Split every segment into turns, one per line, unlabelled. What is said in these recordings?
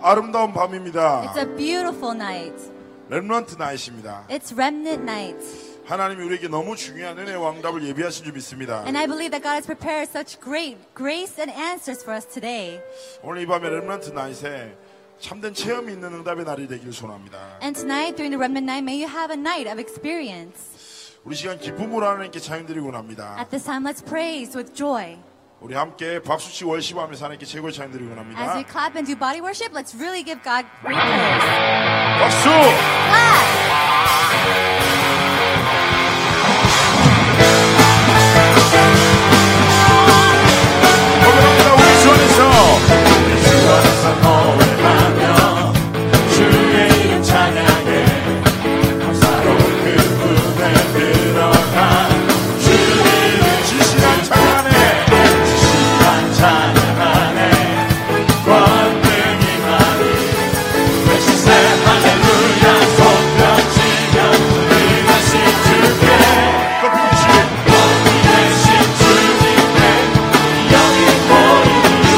아름다운 밤입니다.
It's a beautiful night.
렘넌트 나이십니다.
It's remnant night.
하나님이 우리에게 너무 중요한 은혜와 응답을 예비하신 줄 믿습니다.
And I believe that God has prepared such great grace and answers for us today.
오늘 이 밤에 렘넌트 나이에 참된 체험이 있는 응답의 날이 되길 소원합니다.
And tonight, during the remnant night, may you have a night of experience.
우리 시간 기쁨으로 하나님께 찬양드리고 납니다.
At this time, let's praise with joy.
우리 함께 박수치 월시밤에서 하나님께 최고의 찬양드리고
As we
납니다.
clap and do body worship, let's really give God great praise.
박수!
Clap!
고백합니다. 우리 주안에서
주어서 노래하며 주의 이름 찬양해 감사로 그 꿈에 들어가 주의 이름
진실한 찬양에
지시한 찬양하네 권능이 많이 내시세 할렐루야 손뼉치며 우리 다시 주께
커피 주시고
대신 주님의 영이 보이니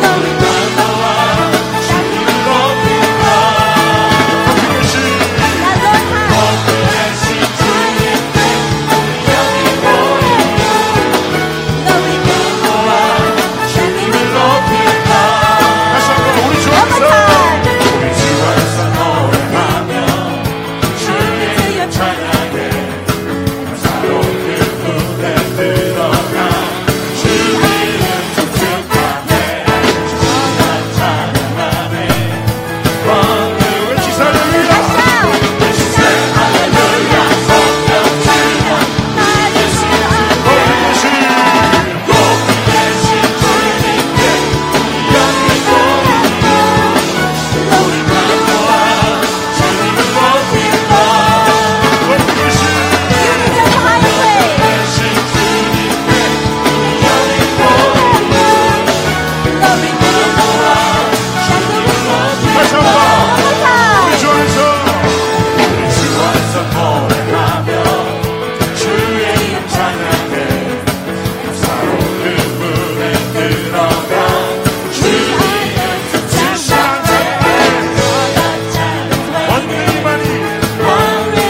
너를 따라와 주님을 높이라
Now, Lord, clap!
대신 주님의 영이 보이니 너를 따라와 주님을 높이라
다시 한번 우리
One more
주안에서
time!
우리 주와서 노래하며 주의 찬양에 감사로 그 품에 들어가 주의 뜻뜻함에 주시한 찬양하네
우리 지사님입니다.
Shout!
주세 할렐루야 성령치며
커피 주시고
높이 계신 주님께 영이 보이니 우리 감사와 주님을 높이라
커피 주시고
Just a higher praise!
다시 한번 우리 주안에서 진실한 찬양에 원능이 많이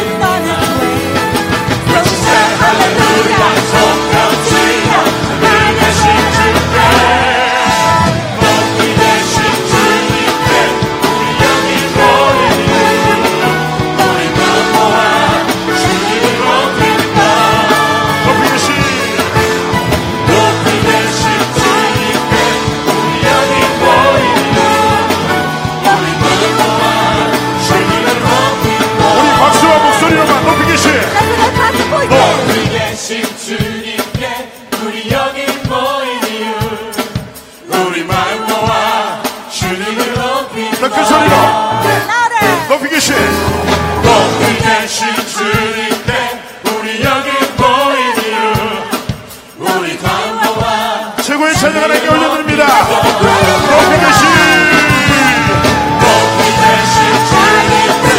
커피 주시고
높이 계신 주님께 우리 영이 보이며 우리 기도와 주님을 높이고
우리 어, 박수와 목소리로만 높이 계신 어,
높이 계신 주님께 우리 영이 보이니 우리 말모와 주님을 높이고
더 큰 소리로 높이 계신
높이 계신 주님께 우리 영이 보이니 우리 강모와
최고의 찬양 하나님께 올려드립니다 높이 계신
높이 계신 주님께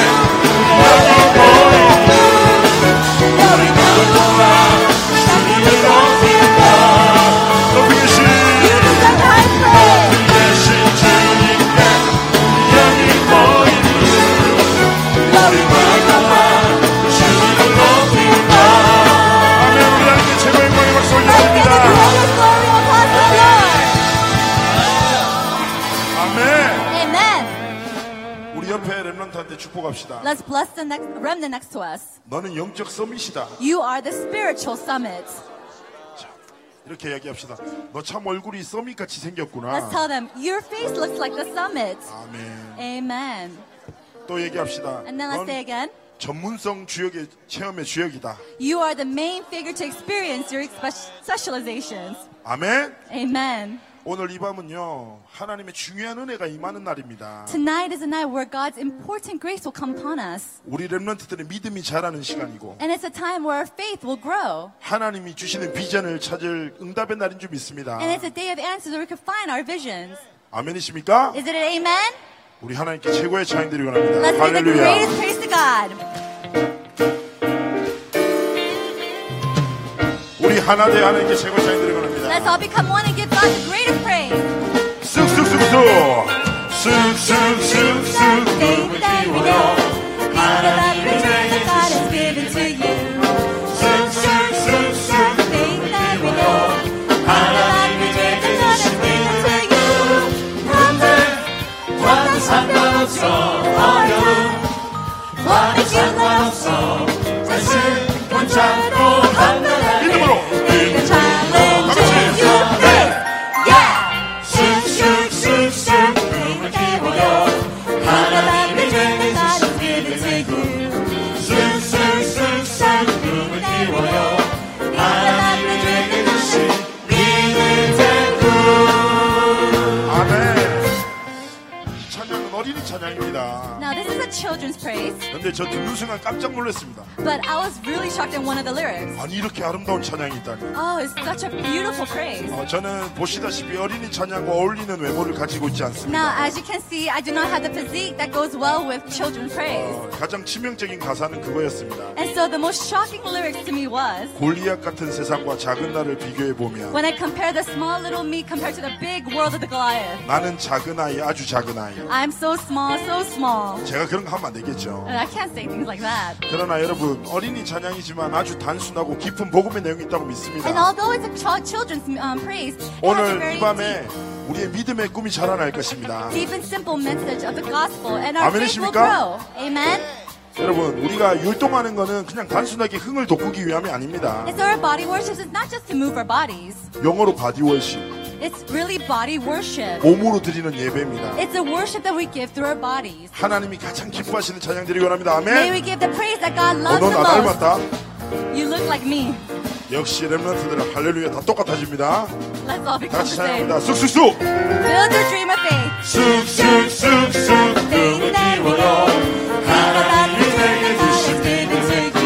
높이 계신 아멘 우리 하나님께 최고의 영광의 박수 올려드립니다 아멘
Amen.
우리 옆에 렘런트한테 축복합시다
Let's bless the next remnant next to us.
너는 영적 서밋이다
You are the spiritual summit.
자, 이렇게 이야기합시다 너 참 얼굴이 서밋같이
Let's
생겼구나
tell them your face looks like the summit.
아멘
Amen.
또 얘기합시다
And then let's say
넌
again.
전문성 주역의 체험의 주역이다
You are the main figure to experience your spe- specializations.
아멘
Amen.
오늘 이 밤은요 하나님의 중요한 은혜가 임하는 날입니다
Tonight is a night where God's important grace will come upon us.
우리 렘런트들의 믿음이 자라는 시간이고
And it's a time where our faith will grow.
하나님이 주시는 비전을 찾을 응답의 날인 줄 믿습니다.
And it's a day of answers where we can find our visions.
아멘이십니까?
Is it an amen?
우리 하나님께 최고의 찬양 드리고 합니다.
Let's give the
할렐루야.
greatest praise to God.
우리 하나 되 하나님께 최고의 찬양 드리고 합니다.
Let's all become one and give God the greatest praise.
쑥쑥쑥쑥
쑥쑥쑥쑥 꿈을 키워요 하나님이 내게 주신 쑥쑥쑥쑥 꿈을 키워요 하나님이 내게 주신 믿음의 근데 과도 상관없어 어려움 과도 상관없어 사실 못 참고 담당하게
믿음으로
믿음
같이.
챌린지 쑥쑥쑥쑥 꿈을 키워요 하나님이 내게 주신 믿음의 근 쑥쑥쑥쑥 꿈을 키워요 하나님이 내게 주신 믿음의
아멘. 이 찬양은 어린이 찬양입니다.
Now, this is a children's praise,
근데 저 듣는 순간 깜짝 놀랐습니다.
but I was really shocked at one of the lyrics.
아니 이렇게 아름다운 찬양이 있다니.
Oh, it's such a beautiful praise.
어, 저는 보시다시피 어린이 찬양과 어울리는 외모를 가지고 있지 않습니다.
Now, as you can see, I do not have the physique that goes well with children's praise.
어, 가장 치명적인 가사는 그거였습니다.
And so the most shocking lyrics to me was
골리앗 같은 세상과 작은 나를 비교해 보면
when I compare the small little me compared to the big world of the Goliath.
나는 작은 아이, 아주 작은 아이.
I'm so small, so small.
제가 그런 거 하면 안 되겠죠.
And I can't say things like that.
그러나 여러분 어린이 찬양이지만 아주 단순하고 깊은 복음의 내용이 있다고 믿습니다.
And although it's a ch- children's um, praise, it has a
오늘
very
이 밤에
deep,
우리의 믿음의 꿈이 자라날 것입니다.
deep and simple message of the gospel, and our faith will grow.
아멘이십니까?
Amen.
여러분 우리가 율동하는 거는 그냥 단순하게 흥을 돋구기 위함이 아닙니다.
And so our body worship is not just to move our bodies;
영어로 바디워시
it's really body worship.
몸으로 드리는 예배입니다.
It's a worship that we give through our bodies.
하나님이 가장 기뻐하시는 찬양들이 원합니다.
May
아멘.
we give the praise that God
어,
loves
넌나
the most.
닮았다.
You look like me.
역시 렘런트들은 할렐루야 다 똑같아집니다.
Let's all
다
become the
같이
same.
찬양합니다. 쑥쑥쑥.
Build your dream of faith.
쑥쑥쑥쑥 꿈을 키워요 하나님이 내게 주신 믿음의 길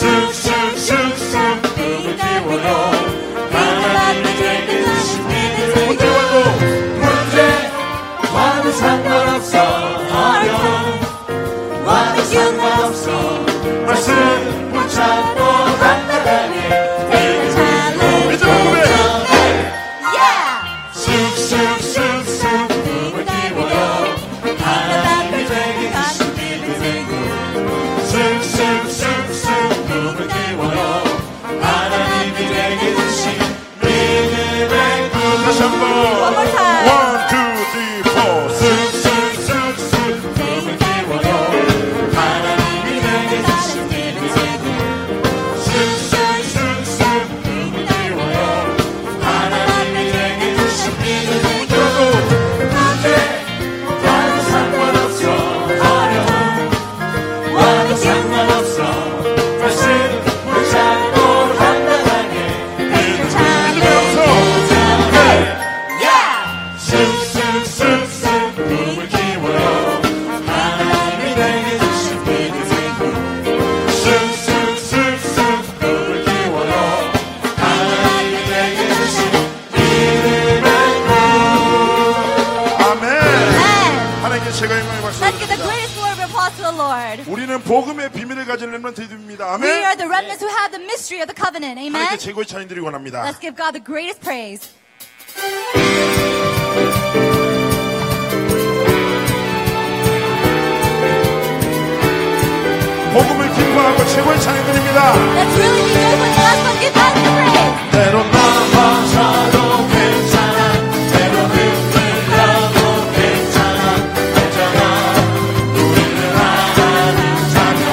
쑥쑥쑥쑥 꿈을 키워요 하나님이 내게 주신 믿음의 길 문제와는 상관없어 어려움과는 상관없어 말씀 붙잡고 간단하게 내가 잘해
믿음의 고백.
Yeah.
쑥쑥쑥쑥 꿈을 키워요 하나님이 내게 주신 믿음의 길 쑥쑥쑥쑥 꿈을 키워요 하나님이 내게 주신 믿음의 길
다시 한
One
번.
more time.
One, two, three, four.
쑥쑥쑥쑥 꿈을 키워요 하나님이 내게 주신 믿음의 길 쑥쑥쑥쑥 꿈을 키워요 하나님이 내게 주신 믿음의 길 나는 상관없어 어려움 와는 상관없어 다시 붙잡고 당당하게 믿음을 붙잡아 쑥쑥쑥쑥 꿈을 키워요 하나님이 내게 주신 믿음의 꿈 쑥쑥쑥쑥 꿈을 키워요 하나님이 내게 주신 믿음의 꿈
아멘.
Amen.
하나님께 제가 영광의 박수.
Let's give the greatest word of applause to the Lord.
우리는 복음의 비밀을 가진 렘런트들입니다.
We
아멘.
are the remnants who have the mystery of the covenant.
하나님께
Amen.
최고의 찬양들이 원합니다.
Let's give God the greatest praise.
복음을 기뻐하고 최고의 찬양들입니다.
Let's really be good with us. Let's give God the praise.
때론 넘어져도 괜찮아 때론 흔들려도 괜찮아 괜찮아 우리는 하나님 자녀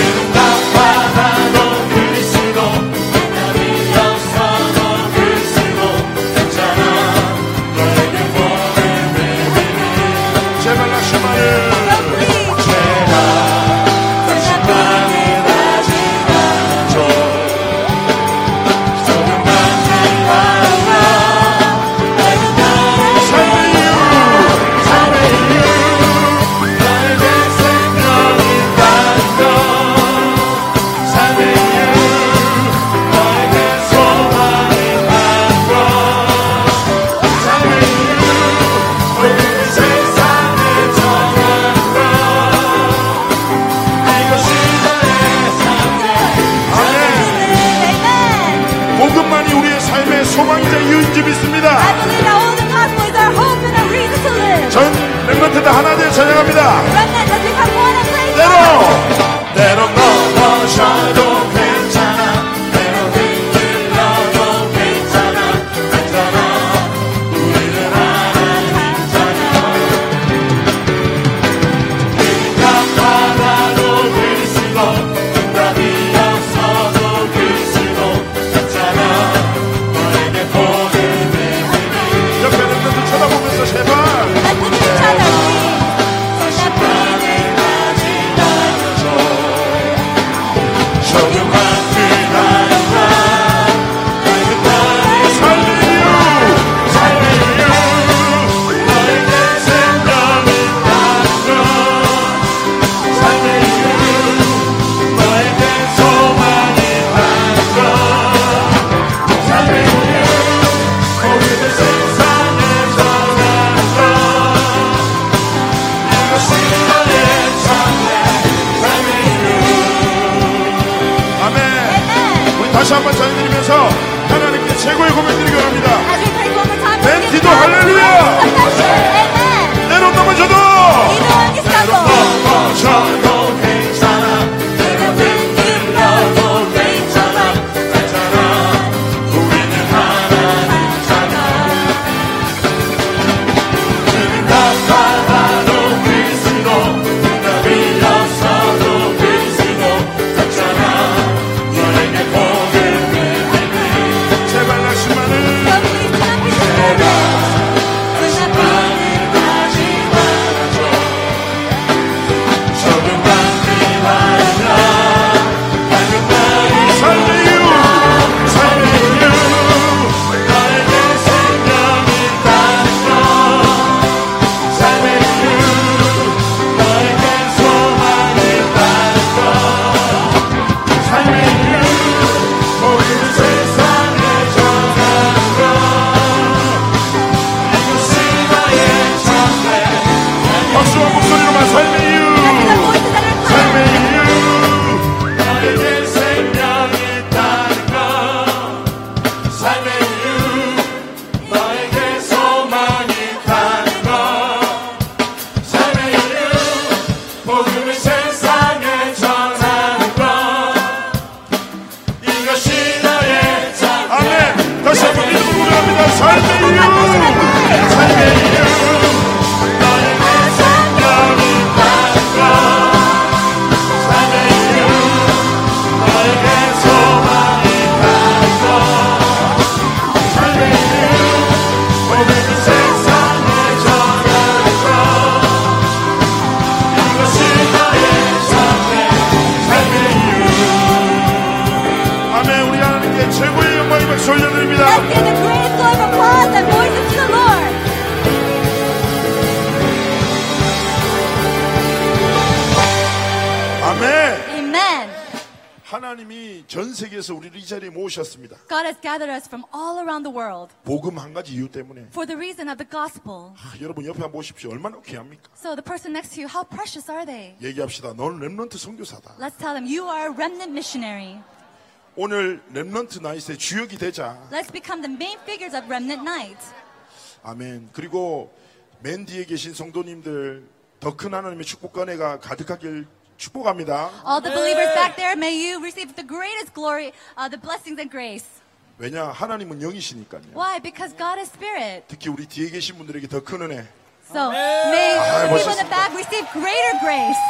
응답받아도 글쓰고 응답이 없어도 글쓰고 괜찮아 너에게 보내는
제발 나 슈마를.
Oh, please.
죄다
Let's give God the praise.
하지마 다 바로 그리스도 응답이 없어도 그리스도 찾잖아 너에게 복을 내리니
제발 낙심만을
So please stop your service. We're not being
하지 말아줘 적은 밤이 말라 밝은 날이
살리유 살리유
너에게 생명이 있다는 것 삶의 이유 너에게 소망이 있다는 것 삶의 이유 모든 세상에 전하는 것 이곳이 나의 참배
박수와 목소리로만 살리유
the voices that are
삶의 이유
crying.
너에게 생명이 있다는 것 삶의 이유 너에게 소망이 있다는 것 삶의 이유 복음을 세상에 전하는 것 이것이 너의 참
아멘 다시 한번 믿음으로 고백합니다 삶의 이유 삶의 이유
너에게 생명이 있다는 것 삶의 이유 너에게 소망이
삶의 이유
모든 세상에 전하고 이것이 나의 삶의
삶의 이유 아멘 우리 하나님께 최고의 영광이 박수 올려드립니다
Let's give the great glory of applause and voices to the Lord.
아멘
Amen.
하나님이 전 세계에서 우리를 이 자리에 모으셨습니다
God has gathered us from all around the world
복음 한 가지 이유 때문에
for the reason of the gospel.
아, 여러분 옆에 한번 보십시오 얼마나 귀합니까
So the person next to you, how precious are they?
얘기합시다 넌 랩런트 선교사다
Let's tell them you are a remnant missionary.
오늘 랩런트 나이스의 주역이 되자
Let's become the main figures of Remnant Night.
아멘. 그리고 맨 뒤에 계신 성도님들 더 큰 하나님의 축복과 은혜가 가득하길 축복합니다.
All the believers back there, may you receive the greatest glory, uh, the blessings and grace.
왜냐 하나님은 영이시니까요.
Why? Because God is spirit.
특히 우리 뒤에 계신 분들에게 더 큰 은혜.
So may
Ah,
the people in
멋있습니다.
the back receive greater grace.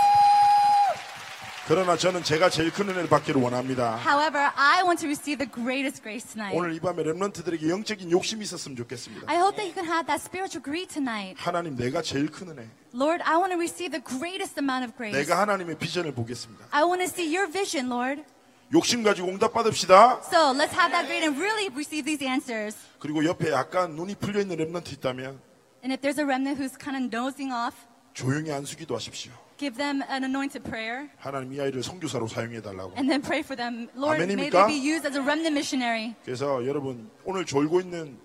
그러나 저는 제가 제일 큰 은혜를 받기를 원합니다.
However, I want to receive the greatest grace tonight.
오늘 이 밤에 렘런트들에게 영적인 욕심이 있었으면 좋겠습니다.
I hope that you can have that spiritual greed tonight.
하나님 내가 제일 큰 은혜.
Lord, I want to receive the greatest amount of grace.
내가 하나님의 비전을 보겠습니다.
I want to see your vision, Lord.
욕심 가지고 응답 받읍시다.
So let's have that greed and really receive these answers.
그리고 옆에 약간 눈이 풀려 있는 렘런트 있다면
And if there's a remnant who's kind of nosing off,
조용히 안수기도 하십시오.
give them an anointed prayer
하나님 이 아이를 성교사로 sa용해 달라고.
and then pray for them. Lord, may
아멘입니까?
they be used as a remnant missionary.
그래서 여러분 오늘 졸고 있는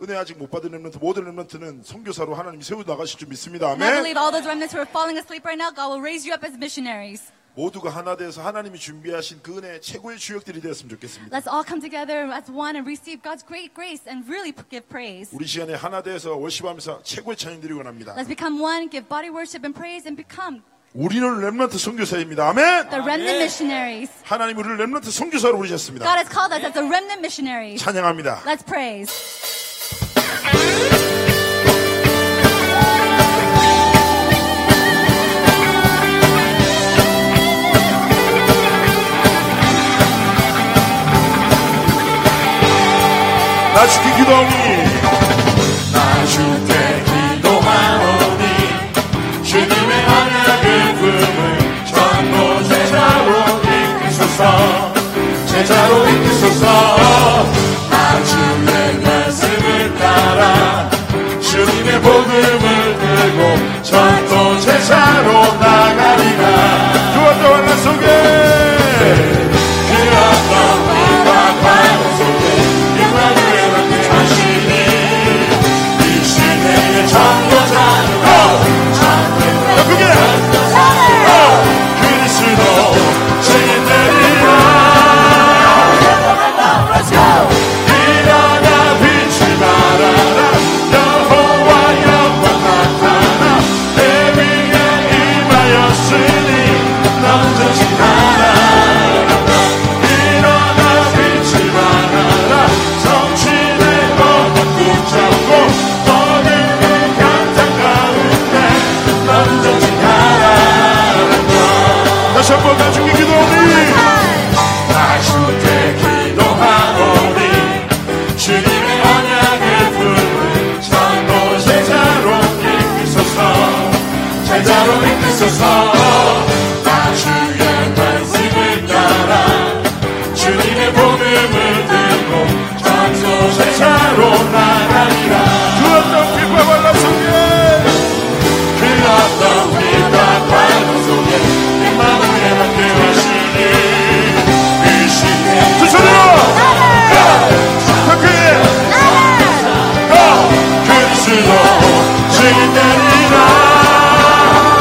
은혜 아직 못 받은 렘런트 모든 렘런트는 선교사로 하나님이 세워 나가실 줄 믿습니다.
And I
네, 아멘.
believe all those remnants who are falling asleep right now, God will raise you up as missionaries.
모두가 하나 되어서 하나님이 준비하신 그 은혜 최고의 주역들이 되었으면 좋겠습니다.
Let's all come together as one and receive God's great grace and really give praise.
우리 시간에 하나 되어서 월시하면서 최고의 찬양들이 원합니다.
Let's become one, give body worship and praise, and become
우리는 렘런트 선교사입니다. 아멘.
the remnant missionaries.
하나님 우리를 렘런트 선교사로
God
부르셨습니다.
has called us as the remnant missionaries.
찬양합니다.
Let's praise.
나 죽기 기도하니
나 주께 기도하오니 주님의 언약의 꿈을 전부 제자로 이끄소서 제자로 이끄소서 나 주의 말씀을 따라 주님의 복음을 들고 전도 제자로 나가리라
주와 더 만난 속에
그 어떤 비와 과거 속에 영광을 얻는 당신이 이 시대의 전도자로
더 크게
그리스도 증인되리라 일어나 빛이 발하라 여호와 영광 나타나 내
한 자로 이끄소서 나 주의 말씀을 따라 주님의 복음을 들고 전소 세상으로 나가리라
그 어떤 길과 예. 관람 속에
그 어떤 빛과 광 속에 내 마음에 함께 하시니 그 시대
두 손으로
네.
예. 탁크에
그리스도 시대리라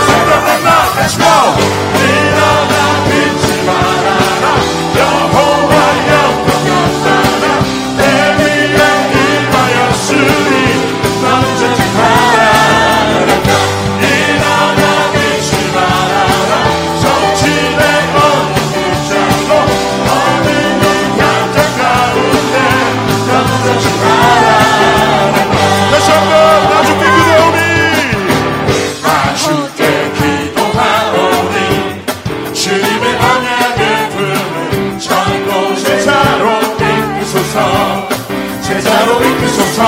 생각난다 Let's go 일어나 믿지 말아라 여호와 영광 나라 내 위에 임하였으니 넌 자책하라 일어나 믿지 말아라 성취된 온 입장로 어느 눈깜짝 가운데 넌 자책하라
다시 한번 나주 믿으오니
나 주께 기도하오니 주님의 언약을 품은 전도 제자로 이끄소서 제자로 이끄소서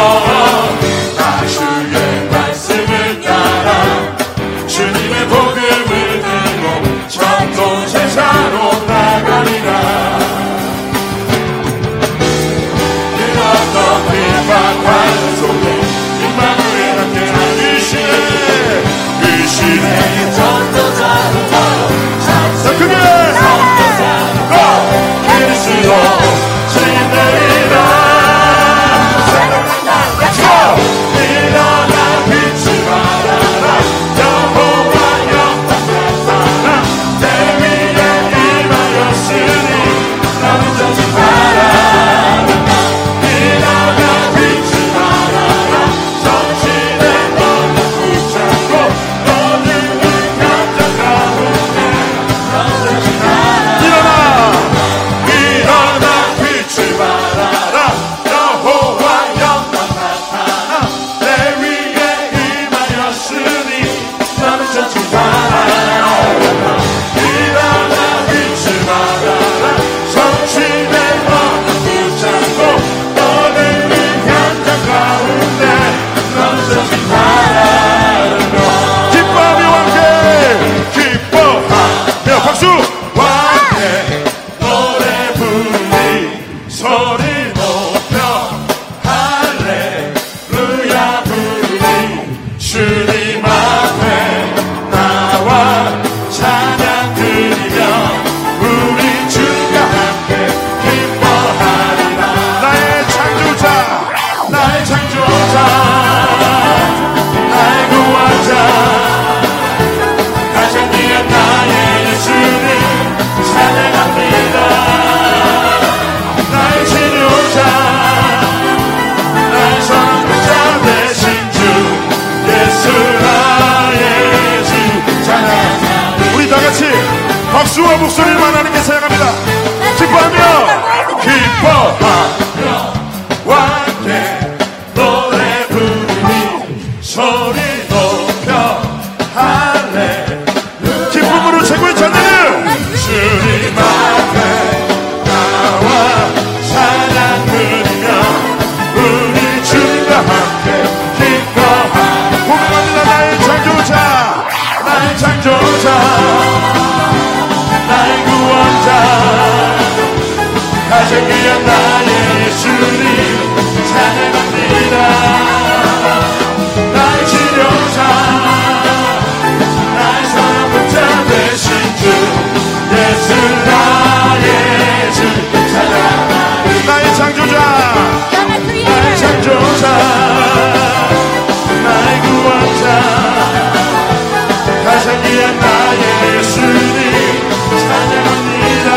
나 주의 말씀을 따라 주님의 복음을 들고 전도 제자로 나가리라 어떤 빛과 과연 속에 임마누엘 함께 하는 시대 그 시대의 전도자로
크게
그리스도 신내리라 생각난다 Let's go 일어나 빛이 바라라 여호와 영광의 사랑 내 위에 임하였으니 나는 전지 바라 일어나 빛이 바라라 정신의 너무 붙잡고 너는 늘 감정 가운데 전지 바라
일어나
일어나 빛을 발하라 여호와 영광 나타나 내 위에 임하였으니 나는 전지 바라라 일어나 빛을 발하라 성취된 너는 붙잡고 너는 이 현장 가운데 나는 전지 바라라
기뻐하며 함께 기뻐하며 네, 박수
함께 노래 부르니 소리 높여 할렐루야 부르니 주님 앞에 나와 찬양 드리며 우리 주가 함께 기뻐하리라
나의 창조자
나의 창조자 나의 구원자 가장 귀한 나의 예수님 찬양합니다 나의 치료자 나의 선구자 되신 주 예수 나의 주 찬양합니다
우리 다같이 박수와 목소리만 하나님께 사용합니다 기뻐하며
기뻐하며 왕께 노래 부르니 소리 높여 할래
기쁨으로 최고의 찬양을
주님 앞에 나와 사랑 부르며 우리 주님과 함께 기뻐하며
고백합니다 나의 창조자
나의 창조자 나의 구원자 가장 귀한 나의 예수님 찬양합니다 나의 치료자 나의 사랑자 되신 주 예수 나의 주 찬양합니다
나의 창조자
나의 창조자 나의 구원자 가장 귀한 나의 예수님 찬양합니다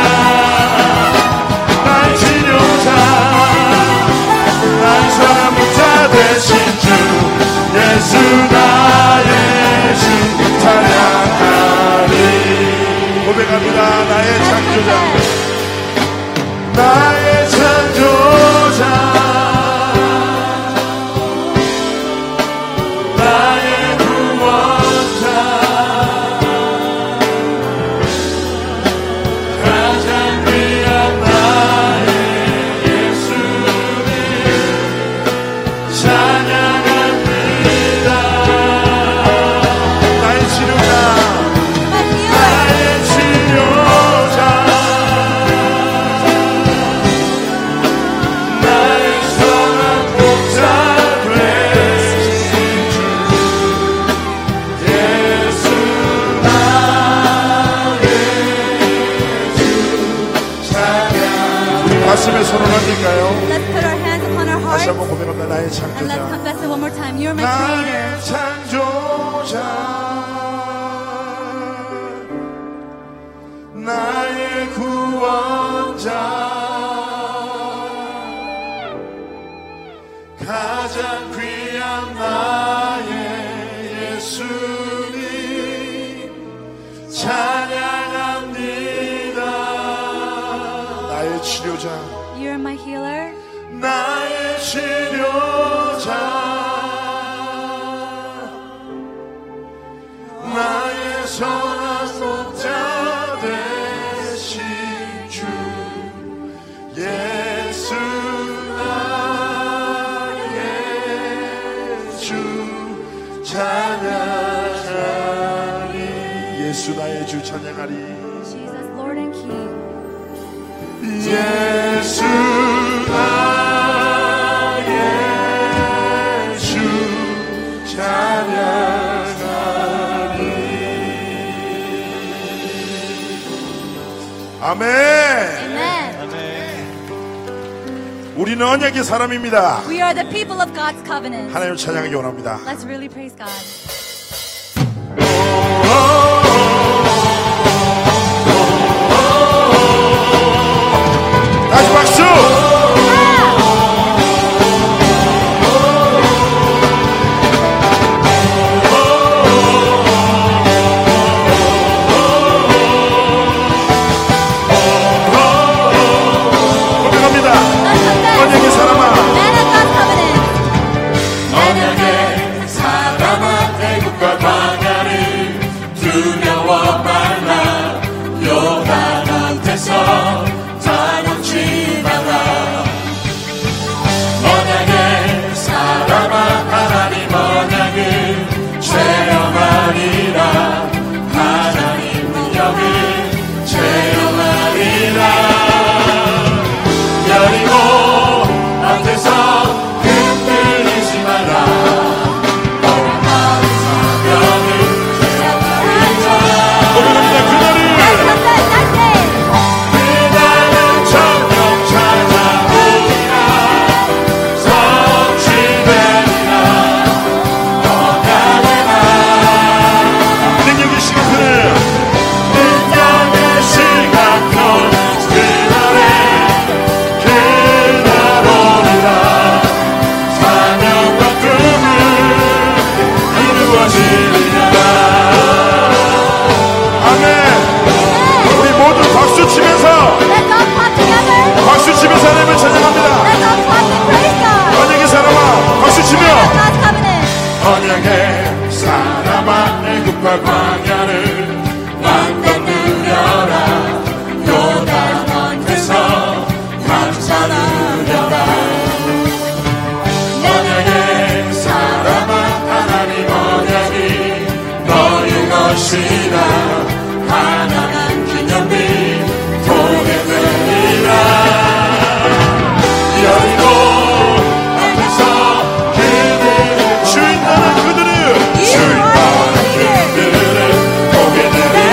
나의 치료자 가슴에 손을 얹을까요?
Let's put our hands upon our hearts
다시 한번 고백합니다. 나의
and let's
창조자.
confess it one more time. You're my creator.
나의 창조자. 나의 구원자. 가장 귀한 나의 예수님. 찬양합니다. 나의 치료자.
You're my healer.
나의 치료자 나의 선한 목자 되신 주 예수 나의 주 찬양하리 예수 나의 주 찬양하리
Jesus, Lord and King.
예수 나의 주 찬양하리 아멘
Amen.
우리는 언약의 사람입니다
We are the people of God's covenant.
하나님 찬양하기 원합니다
Let's really praise God.
다시 박수 고백합니다
Let's confess.
언약의 사람아
Man of God's covenant.
언약의 사람아 대국과 광야를 두려워 말라 요단 앞에서 자유치 마라 언약의 사람아 하나님 언약을 체험하리라 하나님 능력을 체험하리라 여리고 앞에서 흔들리지 마라
고백합니다 그날을
Let's confess that day.
그날은 점점 찾아오리라 성취되리라
능력의 시간을
능력의 시각도 그날에 그날오리라 사명과 꿈을 이루어지리라
아멘 우리 모두 박수 치면서
Let's all clap together.
박수 치면서 하나님을 찬양합니다
Let's all clap and praise God.
언약의 사람아 박수 치며
Man of God's covenant.
언약의 사람아 애국과 광야를 마음껏 누려라 요단 언에서 감사 누려라 언약의 사람아 하나님 언약이 너희 것이라 하나님 기념비 도게 되리라 열고 앞에서 기대를
주인 나라 그들을
You are the leader.
그들을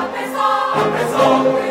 앞에서